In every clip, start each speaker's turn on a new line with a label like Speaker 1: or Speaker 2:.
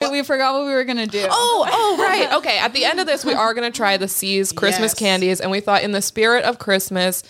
Speaker 1: that we forgot what we were gonna do.
Speaker 2: Oh, oh, right. Okay. At the end of this, we are going to try the C's Christmas
Speaker 3: Yes.
Speaker 2: candies. And we thought, in the spirit of Christmas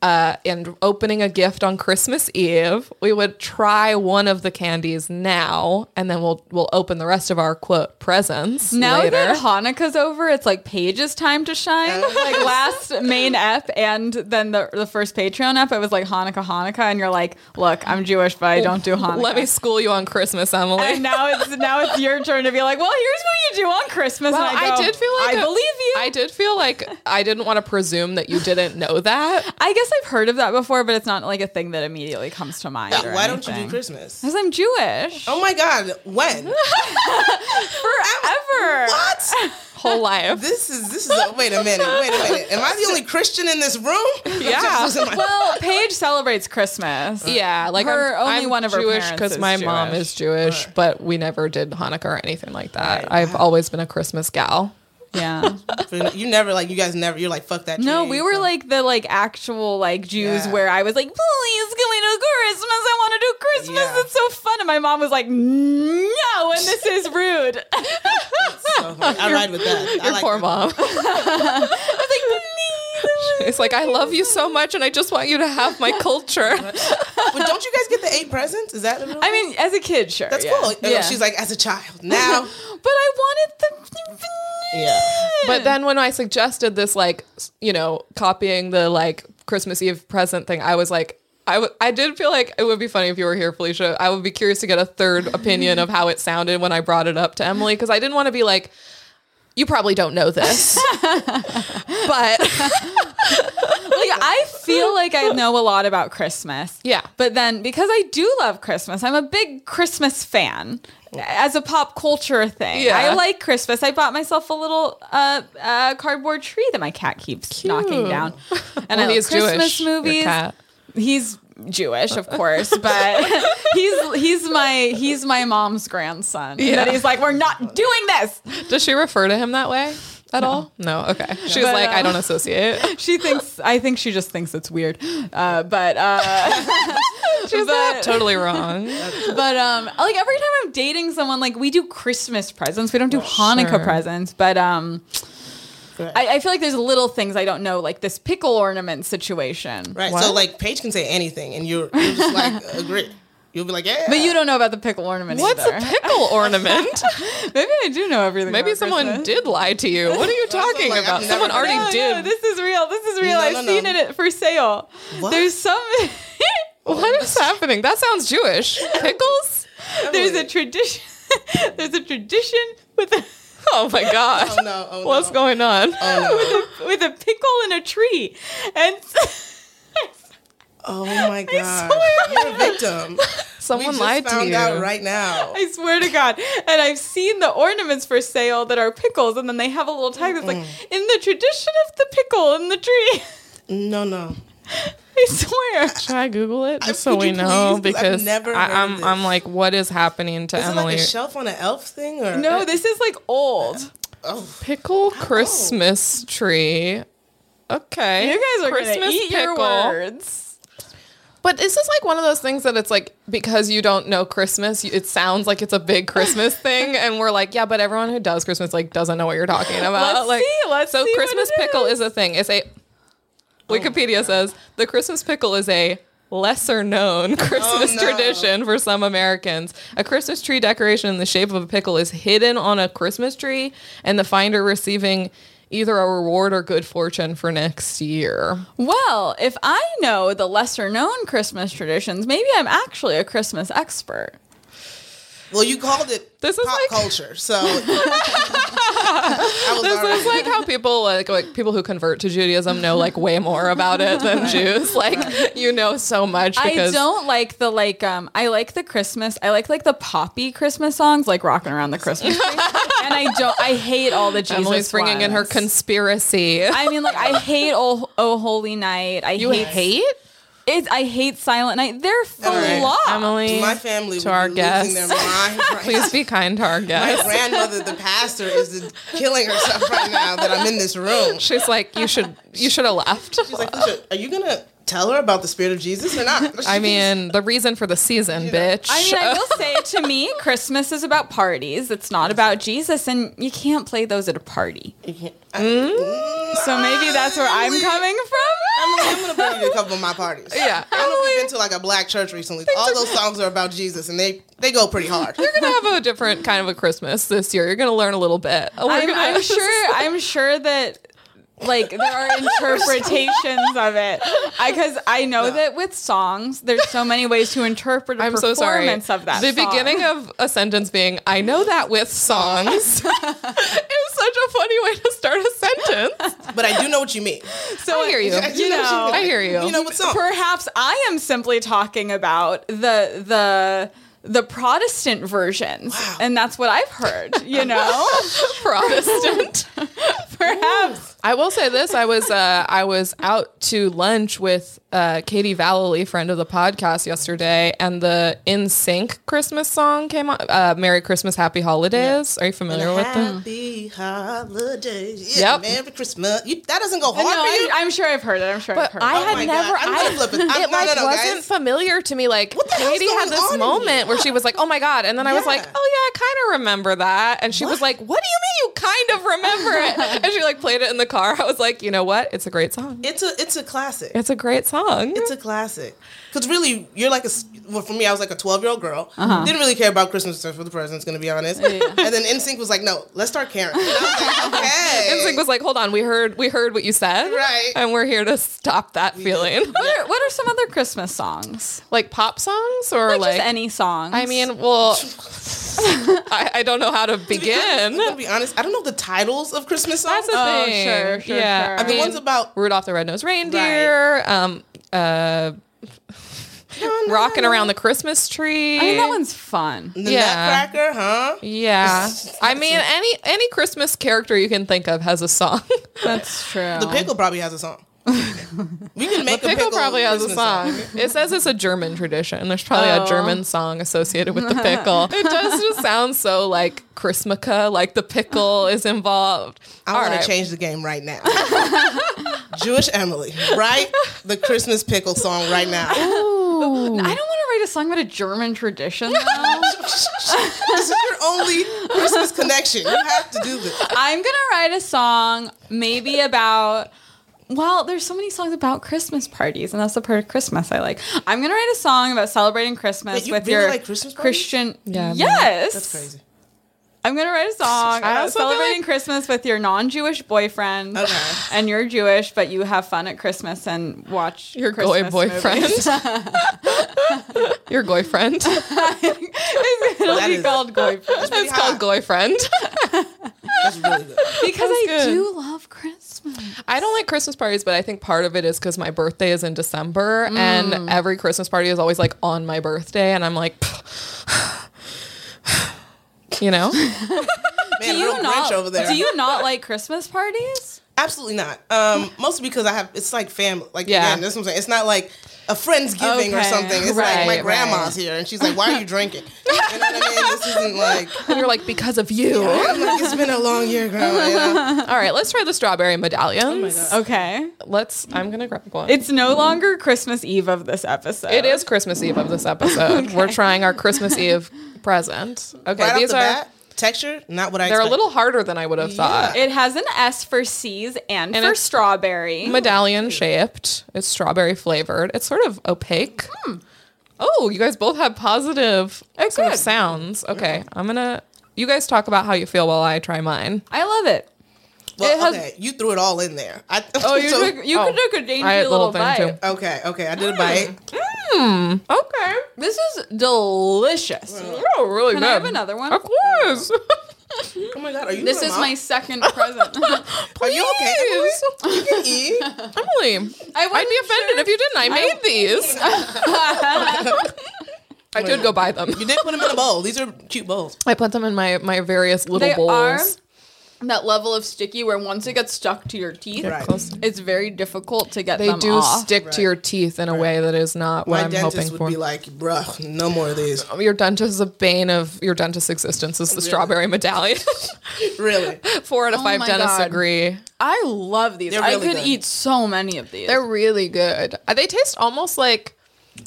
Speaker 2: uh, and opening a gift on Christmas Eve, we would try one of the candies now, and then we'll we'll open the rest of our quote presents
Speaker 1: now
Speaker 2: later.
Speaker 1: that Hanukkah's over, it's like Paige's time to shine. like last main ep and then the the first Patreon ep, it was like Hanukkah, Hanukkah, and you're like, look, I'm Jewish, but I don't do Hanukkah.
Speaker 2: Oh, Let me school you on Christmas, Emily.
Speaker 1: and now it's now it's your turn to be like, well, here's what you do on Christmas.
Speaker 2: Well,
Speaker 1: and I,
Speaker 2: I,
Speaker 1: go,
Speaker 2: did feel like
Speaker 1: I
Speaker 2: a-
Speaker 1: believe you.
Speaker 2: I did feel like I didn't want to presume that you didn't know that.
Speaker 1: I guess I've heard of that before, but it's not like a thing that immediately comes to mind. or
Speaker 3: Why don't you do
Speaker 1: anything.
Speaker 3: Christmas?
Speaker 1: Because I'm Jewish.
Speaker 3: Oh my God! When?
Speaker 1: Forever.
Speaker 3: What?
Speaker 2: Whole life.
Speaker 3: This is this is. A, wait a minute. Wait a minute. Am I the only Christian in this room? I'm
Speaker 2: Yeah.
Speaker 3: just losing my-
Speaker 1: Well, Paige celebrates Christmas.
Speaker 2: Yeah, like
Speaker 1: Her-
Speaker 2: I'm,
Speaker 1: only
Speaker 2: I'm
Speaker 1: one of her
Speaker 2: Jewish
Speaker 1: parents is
Speaker 2: my mom
Speaker 1: Jewish.
Speaker 2: is Jewish, but we never did Hanukkah or anything like that. I've always been a Christmas gal.
Speaker 1: Yeah.
Speaker 3: you never like you guys never. You're like fuck that.
Speaker 1: No,
Speaker 3: tree.
Speaker 1: we were like the like actual like Jews
Speaker 3: Yeah.
Speaker 1: where I was like, please can we do Christmas? I want to do Christmas.
Speaker 3: Yeah.
Speaker 1: It's so fun. And my mom was like, no, and this is rude. I was
Speaker 3: So, like, I ride with that. I
Speaker 2: Your
Speaker 3: like
Speaker 2: poor
Speaker 3: that.
Speaker 2: mom.
Speaker 1: like, please.
Speaker 2: it's like I love you so much, and I just want you to have my culture.
Speaker 3: But don't you guys get the eight presents? Is that? The rule?
Speaker 1: I mean, as a kid, sure.
Speaker 3: that's
Speaker 1: yeah.
Speaker 3: cool. And
Speaker 1: Yeah.
Speaker 3: She's like as a child now.
Speaker 1: but I wanted the.
Speaker 3: yeah.
Speaker 2: but then when I suggested this, like s- you know, copying the like Christmas Eve present thing, I was like. I, w- I did feel like it would be funny if you were here, Felicia. I would be curious to get a third opinion of how it sounded when I brought it up to Emily because I didn't want to be like, you probably don't know this, but
Speaker 1: like I feel like I know a lot about Christmas.
Speaker 2: Yeah.
Speaker 1: But then because I do love Christmas, I'm a big Christmas fan as a pop culture thing.
Speaker 2: Yeah.
Speaker 1: I like Christmas. I bought myself a little uh, uh cardboard tree that my cat keeps knocking down. And I
Speaker 2: Well,
Speaker 1: love
Speaker 2: he's
Speaker 1: Christmas
Speaker 2: Jewish, your
Speaker 1: movies.
Speaker 2: cat.
Speaker 1: He's Jewish, of course, but he's he's my he's my mom's grandson. And then
Speaker 2: Yeah.
Speaker 1: he's like, We're not doing this.
Speaker 2: Does she refer to him that way at all? No. Okay. She's
Speaker 1: But,
Speaker 2: like,
Speaker 1: uh,
Speaker 2: I don't associate.
Speaker 1: She thinks I think she just thinks it's weird. Uh, but uh but-
Speaker 2: She's not totally wrong.
Speaker 1: but um like every time i'm dating someone like we do christmas presents we don't do hanukkah
Speaker 2: sure.
Speaker 1: presents but um
Speaker 3: Right.
Speaker 1: I, I feel like there's little things i don't know like this pickle ornament situation
Speaker 3: Right. So
Speaker 2: What?
Speaker 3: like Paige can say anything, and you're, you're just like agree. You'll be like yeah.
Speaker 1: but you don't know about the pickle ornament
Speaker 2: What's
Speaker 1: either.
Speaker 2: a pickle ornament?
Speaker 1: maybe i do know everything
Speaker 2: Maybe
Speaker 1: about
Speaker 2: someone
Speaker 1: Christmas.
Speaker 2: did lie to you. What are you
Speaker 3: That's
Speaker 2: talking
Speaker 3: like, I've
Speaker 2: about?
Speaker 3: never
Speaker 2: Someone
Speaker 3: heard
Speaker 2: already
Speaker 1: no,
Speaker 2: did.
Speaker 1: no, this is real this is real
Speaker 3: No,
Speaker 1: i've
Speaker 3: no, no.
Speaker 1: seen it at for sale
Speaker 3: What?
Speaker 1: there's some
Speaker 2: what is happening? That sounds Jewish. Pickles?
Speaker 1: there's a
Speaker 3: Emily.
Speaker 1: tradition there's a tradition with a
Speaker 2: Oh my god.
Speaker 3: Oh no. Oh,
Speaker 2: What's
Speaker 3: no.
Speaker 2: going on?
Speaker 1: with a pickle and a tree and
Speaker 3: Oh my god.
Speaker 1: swear.
Speaker 3: You're a victim. We
Speaker 2: Someone
Speaker 3: just
Speaker 2: lied to
Speaker 3: found
Speaker 2: you.
Speaker 3: out right now.
Speaker 1: I swear to God. And I've seen the ornaments for sale that are pickles, and then they have a little tag that's like, in the tradition of the pickle in the tree.
Speaker 3: No, no.
Speaker 1: I swear.
Speaker 2: Should I Google it just so
Speaker 3: Could
Speaker 2: we
Speaker 3: you
Speaker 2: know?
Speaker 3: please? 'Cause I've
Speaker 2: Because
Speaker 3: never heard
Speaker 2: I,
Speaker 3: of
Speaker 2: I'm, I'm
Speaker 3: this.
Speaker 2: like, what is happening to
Speaker 3: Is it
Speaker 2: Emily?
Speaker 3: like a shelf on an elf thing or
Speaker 1: No, this is like old.
Speaker 3: Oh,
Speaker 2: Pickle Christmas tree. Okay.
Speaker 1: You guys are going to
Speaker 2: Christmas
Speaker 1: eat your words.
Speaker 2: But is this like one of those things that it's like because you don't know Christmas, you- it sounds like it's a big Christmas thing, and we're like, yeah, but everyone who does Christmas like doesn't know what you're talking about.
Speaker 1: Let's
Speaker 2: like,
Speaker 1: see, let's
Speaker 2: so
Speaker 1: see what
Speaker 2: Christmas
Speaker 1: it Oh
Speaker 2: pickle is. a thing. It's a Wikipedia says the Christmas pickle is a lesser
Speaker 1: Oh,
Speaker 2: known Christmas
Speaker 3: no.
Speaker 2: tradition for some Americans. A Christmas tree decoration in the shape of a pickle is hidden on a Christmas tree, and the finder receiving either a reward or good fortune for next year.
Speaker 1: Well, if I know the lesser known Christmas traditions, maybe I'm actually a Christmas expert.
Speaker 3: well, you called it
Speaker 2: This is
Speaker 3: pop
Speaker 2: like-
Speaker 3: culture, so I was
Speaker 2: This
Speaker 3: already-
Speaker 2: is like how people like, like people who convert to Judaism know like way more about it than Jews. Like you know so much
Speaker 1: I
Speaker 2: because
Speaker 1: don't like the like um I like the Christmas I like like the poppy Christmas songs like rocking around the Christmas tree. and I don't I hate all the Jesus
Speaker 2: Emily's bringing in her
Speaker 1: ones.
Speaker 2: conspiracy.
Speaker 1: I mean, like I hate Oh, oh Holy Night. I
Speaker 2: you
Speaker 1: hate,
Speaker 2: hate
Speaker 1: It's, I hate Silent Night. They're full
Speaker 3: Alright,
Speaker 1: law.
Speaker 2: Emily.
Speaker 3: my family
Speaker 2: to our
Speaker 3: would be
Speaker 2: guests.
Speaker 3: losing their mind. Right
Speaker 2: Please be kind to our
Speaker 3: My
Speaker 2: guests.
Speaker 3: grandmother, the pastor, is killing herself right now that I'm in this room.
Speaker 2: She's like, you should you should have left.
Speaker 3: She's like, Felicia, are you gonna tell her about the spirit of Jesus or not?
Speaker 2: I mean, the reason for the season, bitch.
Speaker 1: I mean, I will say to me, Christmas is about parties. It's not about Jesus, and you can't play those at a party.
Speaker 2: Hmm?
Speaker 1: So maybe that's where I'm coming from.
Speaker 3: I'm, I'm gonna bring you to a couple of my parties.
Speaker 2: yeah.
Speaker 3: I don't know if you've been to like a black church recently. All those songs are about Jesus, and they they go pretty hard.
Speaker 2: You're gonna have a different kind of a Christmas this year. You're gonna learn a little bit. Oh, We're
Speaker 1: I'm,
Speaker 2: gonna-
Speaker 1: I'm sure. I'm sure that like there are interpretations of it because I know that with songs, there's so many ways to interpret a
Speaker 2: I'm so
Speaker 1: performance
Speaker 2: sorry.
Speaker 1: of that.
Speaker 2: the
Speaker 1: song.
Speaker 2: beginning of a sentence being "I know that with songs" is such a funny way to start a sentence.
Speaker 3: But I do know what you mean.
Speaker 2: So I hear you.
Speaker 3: I do
Speaker 1: You
Speaker 3: what
Speaker 1: know.
Speaker 3: mean.
Speaker 2: I hear you.
Speaker 3: You know what song?
Speaker 1: Perhaps I am simply talking about the the the Protestant versions, and that's what I've heard. You know,
Speaker 2: Protestant.
Speaker 1: perhaps
Speaker 2: I will say this: I was uh, I was out to lunch with uh, Katie Vallely, friend of the podcast, yesterday, and the In Sync Christmas song came on. Uh, "Merry Christmas, Happy Holidays." Are you familiar with
Speaker 3: Uh-huh.
Speaker 2: them?
Speaker 3: Happy holidays. Yeah,
Speaker 2: Yep.
Speaker 3: Merry Christmas. You, that doesn't go hard
Speaker 1: no,
Speaker 3: for
Speaker 1: I,
Speaker 3: you. Oh
Speaker 1: I'm sure I've heard it. I'm sure I've
Speaker 2: But
Speaker 1: heard
Speaker 2: I
Speaker 1: it.
Speaker 2: had
Speaker 3: my God.
Speaker 2: never.
Speaker 3: I'm
Speaker 2: I-
Speaker 3: gonna flip it. I'm-
Speaker 2: it
Speaker 3: no,
Speaker 2: like
Speaker 3: no, no,
Speaker 2: wasn't
Speaker 3: guys.
Speaker 2: familiar to me. Like
Speaker 3: What the hell's
Speaker 2: Katie had
Speaker 3: going
Speaker 2: this
Speaker 3: on in
Speaker 2: moment
Speaker 3: here?
Speaker 2: where she was like, "Oh my god," and then I was
Speaker 3: Yeah.
Speaker 2: like, "Oh yeah, I kind of remember that." And she was like,
Speaker 3: What?
Speaker 2: "What do you mean you kind of remember it?" and she like played it in the car. I was like, "You know what? It's a great song.
Speaker 3: It's a it's a classic.
Speaker 2: It's a great song."
Speaker 3: It's a classic. Because really, you're like a. s- Well, for me, I was like a 12 year old girl.
Speaker 2: Uh-huh.
Speaker 3: Didn't really care about Christmas stuff for the president's going to be honest. And then NSYNC was like, no, let's start caring. And I was like, okay.
Speaker 2: Instinct was like, "Hold on, we heard we heard what you said,
Speaker 3: Right.
Speaker 2: And we're here to stop that feeling."
Speaker 1: What are, what are some other Christmas songs?
Speaker 2: like pop songs or
Speaker 1: Like,
Speaker 2: like,
Speaker 1: just any songs.
Speaker 2: I mean, well, I, I don't know how to
Speaker 3: I'm
Speaker 2: begin.
Speaker 3: gonna be honest. I don't know the titles of Christmas
Speaker 2: That's
Speaker 3: songs.
Speaker 2: the
Speaker 1: Oh,
Speaker 2: thing.
Speaker 1: sure, sure,
Speaker 2: yeah,
Speaker 1: sure.
Speaker 2: I
Speaker 1: The
Speaker 2: mean,
Speaker 3: ones about-
Speaker 2: Rudolph the Red-Nosed Reindeer. Um, uh, rocking around the Christmas tree.
Speaker 1: I mean that one's fun.
Speaker 3: the
Speaker 2: yeah.
Speaker 3: Nutcracker, huh?
Speaker 2: Yeah, I mean, any any Christmas character you can think of has a song.
Speaker 1: That's true.
Speaker 3: The Um, pickle probably has a song. we can make a
Speaker 2: Pickle,
Speaker 3: pickle
Speaker 2: probably has a
Speaker 3: Christmas
Speaker 2: song. It says it's a German tradition. There's probably
Speaker 1: Oh.
Speaker 2: a German song associated with the pickle. it does just sound so like Chrismica, like the pickle is involved.
Speaker 3: I
Speaker 2: All
Speaker 3: want
Speaker 2: right.
Speaker 3: to change the game right now. Jewish Emily, write the Christmas pickle song right now.
Speaker 1: I don't want to write a song about a German tradition. Though.
Speaker 3: this is your only Christmas connection. You have to do this.
Speaker 1: I'm gonna write a song maybe about well, there's so many songs about Christmas parties, and that's the part of Christmas I like. I'm gonna write a song about celebrating Christmas
Speaker 3: Wait, you
Speaker 1: with
Speaker 3: really
Speaker 1: your
Speaker 3: like Christmas parties?
Speaker 1: Christian.
Speaker 2: Yeah, I mean,
Speaker 1: yes,
Speaker 3: That's crazy.
Speaker 1: I'm gonna write a song about
Speaker 2: also feel
Speaker 1: celebrating
Speaker 2: like-
Speaker 1: Christmas with your non-Jewish boyfriend,
Speaker 3: Okay.
Speaker 1: and you're Jewish, but you have fun at Christmas and watch
Speaker 2: Your
Speaker 1: Christmas
Speaker 2: goy boyfriend.
Speaker 1: movies.
Speaker 2: Your boyfriend.
Speaker 1: It'll
Speaker 3: That
Speaker 1: be
Speaker 3: is-
Speaker 1: called boyfriend
Speaker 3: That's, pretty
Speaker 2: It's
Speaker 3: hot.
Speaker 2: called boyfriend.
Speaker 3: That's really good.
Speaker 1: because I
Speaker 2: good.
Speaker 1: do love Christmas.
Speaker 2: I don't like Christmas parties, but I think part of it is because my birthday is in December, and every Christmas party is always like on my birthday, and I'm like, you know,
Speaker 3: Man,
Speaker 1: Do
Speaker 3: real
Speaker 1: you
Speaker 3: Grinch
Speaker 1: not?
Speaker 3: over there.
Speaker 1: Do you not like Christmas parties?
Speaker 3: Absolutely not. Um, mostly because I have it's like family. Like
Speaker 2: Yeah.
Speaker 3: yeah, again, that's what I'm saying. It's not like a friend's giving or
Speaker 1: Okay,
Speaker 3: something. It's like
Speaker 2: right,
Speaker 3: my grandma's here and she's like, "Why are you drinking?" You know what I mean? This isn't like.
Speaker 2: and you're like because of you.
Speaker 3: I'm like, it's been a long year, grandma. You know?
Speaker 2: All right, let's try the strawberry medallions.
Speaker 1: Okay.
Speaker 2: let's. I'm gonna grab one.
Speaker 1: It's no longer Christmas Eve of this episode.
Speaker 2: It is Christmas Eve of this episode. We're trying our Christmas Eve present. Okay,
Speaker 3: Right
Speaker 2: these
Speaker 3: off the
Speaker 2: are
Speaker 3: bat, texture not what I.
Speaker 2: they're a
Speaker 3: expected.
Speaker 2: little harder than I would have thought.
Speaker 1: It has an S for C's and, for
Speaker 2: it's-
Speaker 1: strawberry.
Speaker 2: Medallion shaped. It's strawberry flavored. It's sort of opaque. Oh, you guys both have positive sort
Speaker 1: good.
Speaker 2: of sounds. Okay, I'm gonna. You guys talk about how you feel while I try mine.
Speaker 1: I love it.
Speaker 3: Well,
Speaker 1: it has-
Speaker 3: okay, you threw it all in there. I,
Speaker 1: Oh, you
Speaker 3: so-
Speaker 1: took, you
Speaker 2: oh.
Speaker 1: took a dainty
Speaker 2: I had a
Speaker 1: little,
Speaker 2: little
Speaker 1: bite.
Speaker 2: thing, too.
Speaker 3: Okay, okay, I did a bite.
Speaker 2: Okay,
Speaker 1: This is delicious.
Speaker 2: oh, really
Speaker 1: Can
Speaker 2: good.
Speaker 1: I have another one?
Speaker 2: Of course.
Speaker 3: Oh my god, are you?
Speaker 1: This
Speaker 3: doing
Speaker 1: is
Speaker 3: mom?
Speaker 1: my second present.
Speaker 3: Are you okay? Emily?
Speaker 2: Please.
Speaker 3: You can eat.
Speaker 2: Emily,
Speaker 1: I
Speaker 2: I'd be offended if you didn't. I made these. I did go buy them.
Speaker 3: You did put them in a bowl. These are cute bowls.
Speaker 2: I put them in my my various little
Speaker 1: They
Speaker 2: bowls.
Speaker 1: are that level of sticky where once it gets stuck to your teeth,
Speaker 3: Right.
Speaker 2: Close.
Speaker 1: it's very difficult to get
Speaker 2: They
Speaker 1: them
Speaker 2: do
Speaker 1: off.
Speaker 2: stick to your teeth in a way that is not what
Speaker 3: my
Speaker 2: I'm hoping
Speaker 3: dentist would
Speaker 2: for.
Speaker 3: be like, bruh, no more of these.
Speaker 2: your dentist is a bane of your dentist's existence is the strawberry medallion.
Speaker 3: Really?
Speaker 2: Four out of
Speaker 1: Oh
Speaker 2: five
Speaker 1: my
Speaker 2: dentists
Speaker 1: God.
Speaker 2: agree.
Speaker 1: I love these.
Speaker 3: They're
Speaker 1: I
Speaker 3: really
Speaker 1: could
Speaker 3: good.
Speaker 1: eat so many of these.
Speaker 2: They're really good. Uh, They taste almost like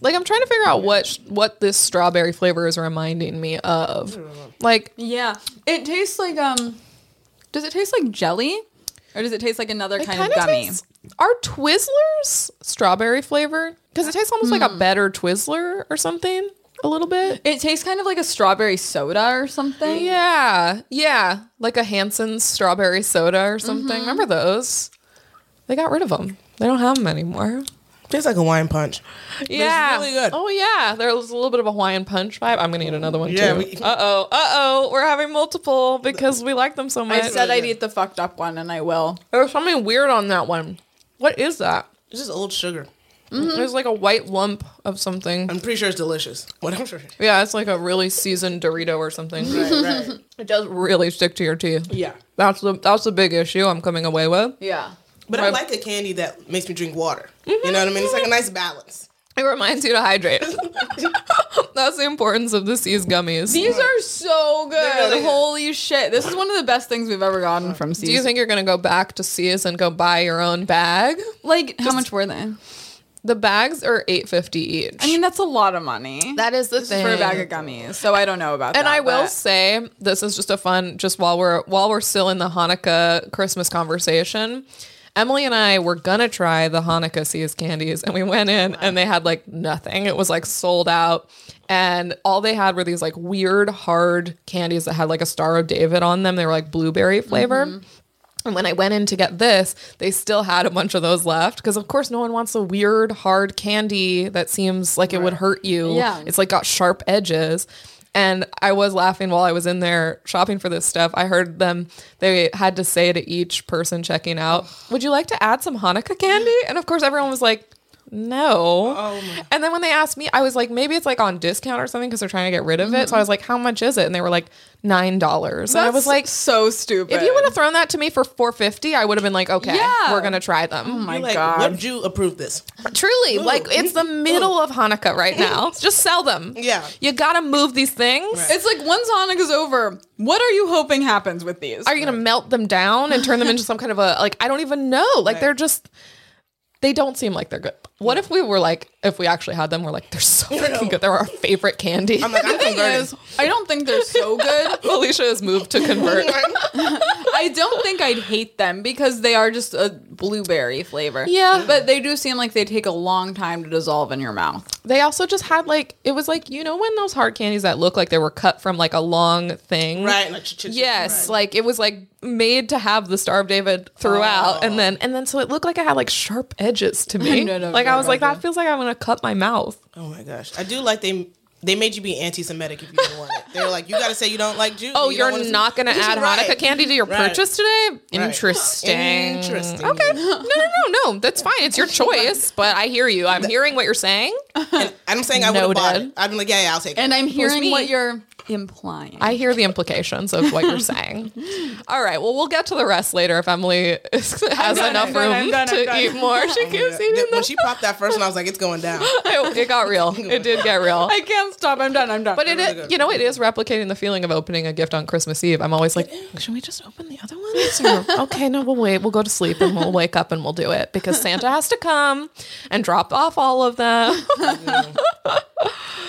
Speaker 2: like I'm trying to figure out what sh- what this strawberry flavor is reminding me of. Like
Speaker 1: yeah. It tastes like um does it taste like jelly? Or does it taste like another
Speaker 2: it
Speaker 1: kind
Speaker 2: kinda
Speaker 1: of gummy?
Speaker 2: tastes- are Twizzlers strawberry flavored? Because it tastes almost like a better Twizzler or something a little bit.
Speaker 1: Mm. it tastes kind of like a strawberry soda or something.
Speaker 2: Yeah, yeah, like a Hanson's strawberry soda or something.
Speaker 1: Mm-hmm.
Speaker 2: Remember those? They got rid of them. They don't have them anymore.
Speaker 3: Tastes like Hawaiian punch.
Speaker 2: Yeah.
Speaker 3: really good.
Speaker 2: Oh yeah, there was a little bit of a Hawaiian punch vibe. I'm gonna eat another one
Speaker 3: Yeah,
Speaker 2: too.
Speaker 3: we-
Speaker 2: uh oh, uh oh, we're having multiple because we like them so much.
Speaker 1: I said I'd eat the fucked up one and I will.
Speaker 2: there was something weird on that one. What is that?
Speaker 3: It's just old sugar.
Speaker 1: Mm-hmm.
Speaker 2: There's like a white lump of something.
Speaker 3: I'm pretty sure it's delicious. Whatever. Right,
Speaker 2: yeah, it's like a really seasoned Dorito or something.
Speaker 3: right.
Speaker 2: It does really stick to your teeth.
Speaker 3: Yeah.
Speaker 2: That's the that's the big issue I'm coming away with.
Speaker 1: Yeah.
Speaker 3: But I
Speaker 2: Right.
Speaker 3: like a candy that makes me drink water. You know what I mean? It's like a nice balance.
Speaker 2: It reminds you to hydrate. that's the importance of the C's gummies.
Speaker 1: These are so good.
Speaker 3: They're really good.
Speaker 1: Holy shit. This is one of the best things we've ever gotten from C's.
Speaker 2: Do you think you're gonna go back to C's and go buy your own bag?
Speaker 1: like how much were they?
Speaker 2: The bags are eight fifty each.
Speaker 1: I mean, that's a lot of money
Speaker 2: that is the thing
Speaker 1: for a bag of gummies. So I don't know about
Speaker 2: and
Speaker 1: that.
Speaker 2: I will
Speaker 1: but-
Speaker 2: say this is just a fun just while we're while we're still in the Hanukkah Christmas conversation. Emily and I were gonna try the Hanukkah Seas candies, and we went in and they had like nothing. It was like sold out, and all they had were these like weird hard candies that had like a Star of David on them. They were like blueberry flavor.
Speaker 1: Mm-hmm.
Speaker 2: And when I went in to get this, they still had a bunch of those left because, of course, no one wants a weird, hard candy that seems like it would hurt you.
Speaker 1: Yeah.
Speaker 2: It's like got sharp edges. And I was laughing while I was in there shopping for this stuff. I heard them, they had to say to each person checking out, Would you like to add some Hanukkah candy? And of course, everyone was like, no.
Speaker 1: Oh
Speaker 2: and then when they asked me, I was like, maybe it's like on discount or something because they're trying to get rid of it. So I was like, how much is it? And they were like, $9. and I
Speaker 1: That's
Speaker 2: was like,
Speaker 1: so stupid.
Speaker 2: if you would have thrown that to me for 450, I would have been like, okay,
Speaker 1: Yeah.
Speaker 2: we're gonna try them.
Speaker 1: Oh my
Speaker 3: Like,
Speaker 1: god,
Speaker 3: what Jew approved this?
Speaker 2: Truly, like it's the middle of Hanukkah right now. Just sell them.
Speaker 3: Yeah.
Speaker 2: you gotta move these things.
Speaker 3: Right.
Speaker 1: it's like once Hanukkah's over, what are you hoping happens with these?
Speaker 2: Are you gonna melt them down and turn them into some kind of a like? I don't even know. Like they're just, they don't seem like they're good. What if we were like, if we actually had them, we're like, they're so fucking good. They're our favorite candy.
Speaker 3: I'm like, I'm
Speaker 1: the thing
Speaker 3: converted.
Speaker 1: is, I don't think they're so good.
Speaker 2: Alicia has moved to convert.
Speaker 1: I don't think I'd hate them because they are just a blueberry flavor.
Speaker 2: Yeah.
Speaker 1: but they do seem like they take a long time to dissolve in your mouth.
Speaker 2: They also just had like it was like you know when those hard candies that look like they were cut from like a long thing,
Speaker 3: right. Like, ch- ch- ch-
Speaker 2: Yes,
Speaker 3: right.
Speaker 2: like it was like made to have the Star of David throughout, and then and then so it looked like I had like sharp edges to me.
Speaker 1: No, no,
Speaker 2: like
Speaker 1: no,
Speaker 2: I was like
Speaker 1: no.
Speaker 2: that feels like I'm gonna cut my mouth.
Speaker 3: Oh my gosh. I do like they they made you be anti Semitic if you didn't want it. They were like, you gotta say you don't like Jews.
Speaker 2: Oh,
Speaker 3: you
Speaker 2: you
Speaker 3: don't
Speaker 2: are
Speaker 3: wanna-
Speaker 2: not gonna add
Speaker 3: right.
Speaker 2: Hanukkah candy to your
Speaker 3: Right.
Speaker 2: purchase today? Interesting.
Speaker 3: Interesting.
Speaker 2: Okay. No, no, no, no. That's fine. It's your choice. But I hear you. I'm hearing what you're saying.
Speaker 3: And I'm saying I would have bought
Speaker 2: Noted.
Speaker 3: it. I've been like, yeah, yeah, I'll take it.
Speaker 1: And I'm hearing
Speaker 2: me.
Speaker 1: what you're implying.
Speaker 2: I hear the implications of what you're saying. All right. Well, we'll get to the rest later if Emily has
Speaker 1: done,
Speaker 2: enough
Speaker 1: I'm
Speaker 2: room
Speaker 1: done, I'm done, I'm
Speaker 2: to
Speaker 1: done.
Speaker 2: eat more. She
Speaker 3: Yeah.
Speaker 2: keeps eating
Speaker 3: Th-
Speaker 2: them.
Speaker 3: When she popped that first one, I was like, it's going down.
Speaker 2: it got real. It did get real.
Speaker 1: I can't stop. I'm done. I'm done.
Speaker 2: But it, is- you know, it is replicating the feeling of opening a gift on Christmas Eve. I'm always like, should we just open the other ones? Or, okay, no, we'll wait. We'll go to sleep and we'll wake up and we'll do it because Santa has to come and drop off all of them.